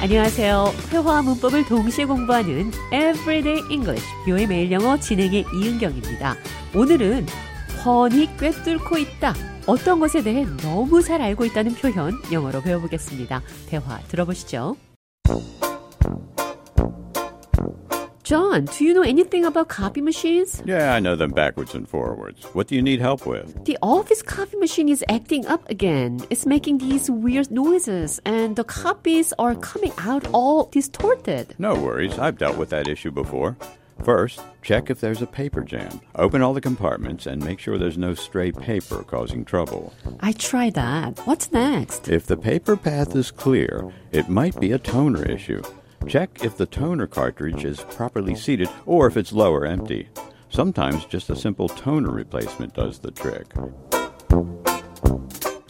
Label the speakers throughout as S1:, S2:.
S1: 안녕하세요. 회화와 문법을 동시에 공부하는 Everyday English 뷰의 매일 영어 진행의 이은경입니다. 오늘은 훤히 꿰뚫고 있다. 어떤 것에 대해 너무 잘 알고 있다는 표현 영어로 배워보겠습니다. 대화 들어보시죠. John, do you know anything about copy machines?
S2: Yeah, I know them backwards and forwards. What do you need help with?
S1: The office copy machine is acting up again. It's making these weird noises, and the copies are coming out all distorted.
S2: No worries, I've dealt with that issue before. First, check if there's a paper jam. Open all the compartments and make sure there's no stray paper causing trouble.
S1: I tried that. What's next?
S2: If the paper path is clear, it might be a toner issue. Check if the toner cartridge is properly seated or if it's low or empty. Sometimes just a simple toner replacement does the trick.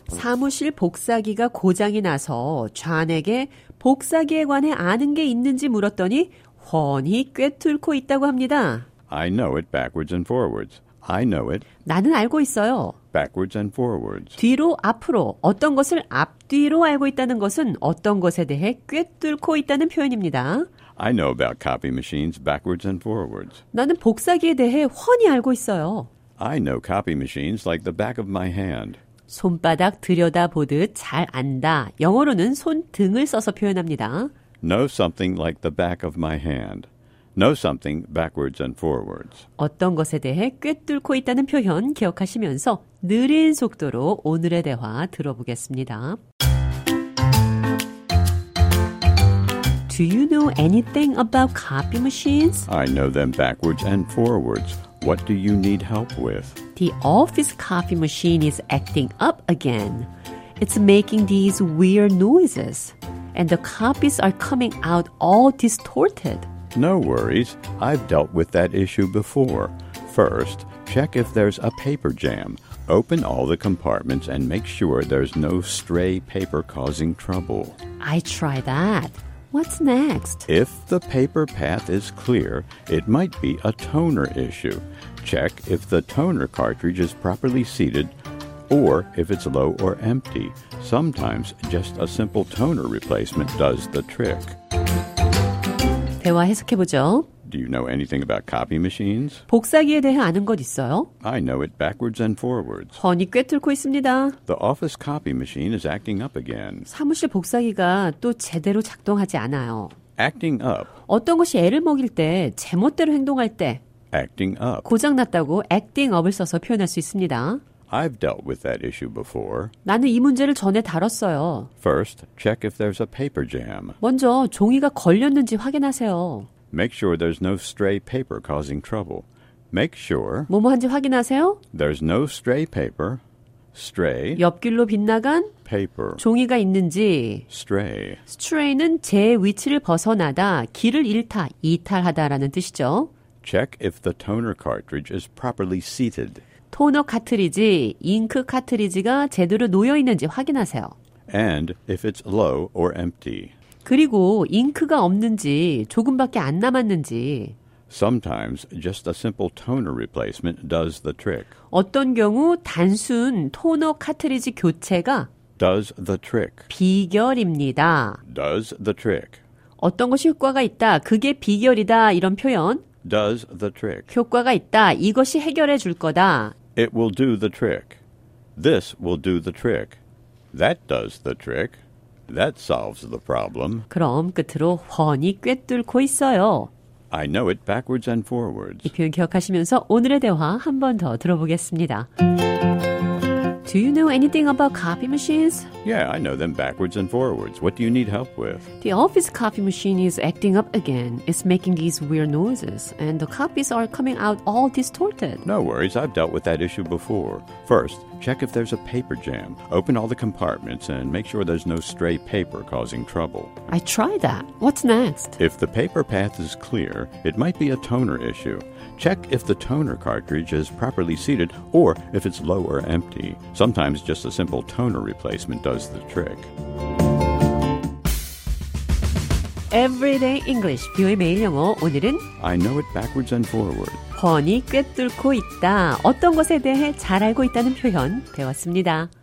S1: 사무실 복사기가 고장이 나서 좌에게 복사기에 관해 아는 게 있는지 물었더니 훤히 꿰뚫고 있다고 합니다.
S2: I know it backwards and forwards. I know it
S1: 나는 알고 있어요.
S2: backwards and forwards.
S1: 뒤로 앞으로 어떤 것을 앞뒤로 알고 있다는 것은 어떤 것에 대해 꿰뚫고 있다는 표현입니다.
S2: I know about copy machines backwards and forwards.
S1: 나는 복사기에 대해 훤히 알고 있어요.
S2: I know copy machines like the back of my hand.
S1: 손바닥 들여다보듯 잘 안다. 영어로는 손등을 써서 표현합니다.
S2: Know something like the back of my hand. Know something backwards and forwards.
S1: 어떤 것에 대해 꿰뚫고 있다는 표현 기억하시면서 느린 속도로 오늘의 대화 들어보겠습니다. Do you know anything about copy machines?
S2: I know them backwards and forwards. What do you need help with?
S1: The office copy machine is acting up again. It's making these weird noises, and the copies are coming out all distorted.
S2: No worries. I've dealt with that issue before. First, check if there's a paper jam. Open all the compartments and make sure there's no stray paper causing trouble.
S1: I try that. What's next?
S2: If the paper path is clear, it might be a toner issue. Check if the toner cartridge is properly seated or if it's low or empty. Sometimes just a simple toner replacement does the trick.
S1: 대화 해석해보죠.
S2: Do you know anything about copy machines?
S1: 복사기에 대해 아는 것 있어요?
S2: I know it backwards and forwards.
S1: 훤히 꿰뚫고 있습니다.
S2: The office copy machine is acting up again.
S1: 사무실 복사기가 또 제대로 작동하지 않아요.
S2: Acting up.
S1: 어떤 것이 애를 먹일 때, 제멋대로 행동할 때,
S2: Acting up.
S1: 고장났다고 acting up을 써서 표현할 수 있습니다.
S2: I've dealt with that issue before.
S1: 나는 이 문제를 전에 다뤘어요.
S2: First, check if there's a paper jam.
S1: 먼저 종이가 걸렸는지 확인하세요.
S2: Make sure there's no stray paper causing trouble. Make sure
S1: 뭐뭐한지 확인하세요.
S2: there's no stray paper. Stray
S1: 옆길로 빗나간
S2: paper.
S1: 종이가 있는지,
S2: Stray.
S1: stray는 제 위치를 벗어나다, 길을 잃다, 이탈하다라는 뜻이죠.
S2: Check if the toner cartridge is properly seated.
S1: 토너 카트리지, 잉크 카트리지가 제대로 놓여 있는지 확인하세요.
S2: And if it's low or empty.
S1: 그리고 잉크가 없는지 조금밖에 안 남았는지
S2: Sometimes just a simple toner replacement does the trick.
S1: 어떤 경우 단순 토너 카트리지 교체가
S2: Does the trick.
S1: 비결입니다.
S2: Does the trick.
S1: 어떤 것이 효과가 있다. 그게 비결이다. 이런 표현.
S2: Does the trick.
S1: 효과가 있다. 이것이 해결해 줄 거다.
S2: It will do the trick. This will do the trick. That does the trick. That solves the problem.
S1: 그럼 끝으로 훤히 꿰뚫고 있어요.
S2: I know it backwards and
S1: 이
S2: forwards.
S1: 표현 기억하시면서 오늘의 대화 한 번 더 들어보겠습니다. Do you know anything about copy machines?
S2: Yeah, I know them backwards and forwards. What do you need help with?
S1: The office copy machine is acting up again. It's making these weird noises, and the copies are coming out all distorted.
S2: No worries, I've dealt with that issue before. First, check if there's a paper jam. Open all the compartments and make sure there's no stray paper causing trouble.
S1: I tried that. What's next?
S2: If the paper path is clear, it might be a toner issue. Check if the toner cartridge is properly seated or if it's low or empty. Sometimes just a simple toner replacement does the trick.
S1: Everyday English, 뷰의 매일 영어. 오늘은
S2: I know it backwards and forward.
S1: 훤히 꿰뚫고 있다. 어떤 것에 대해 잘 알고 있다는 표현 배웠습니다.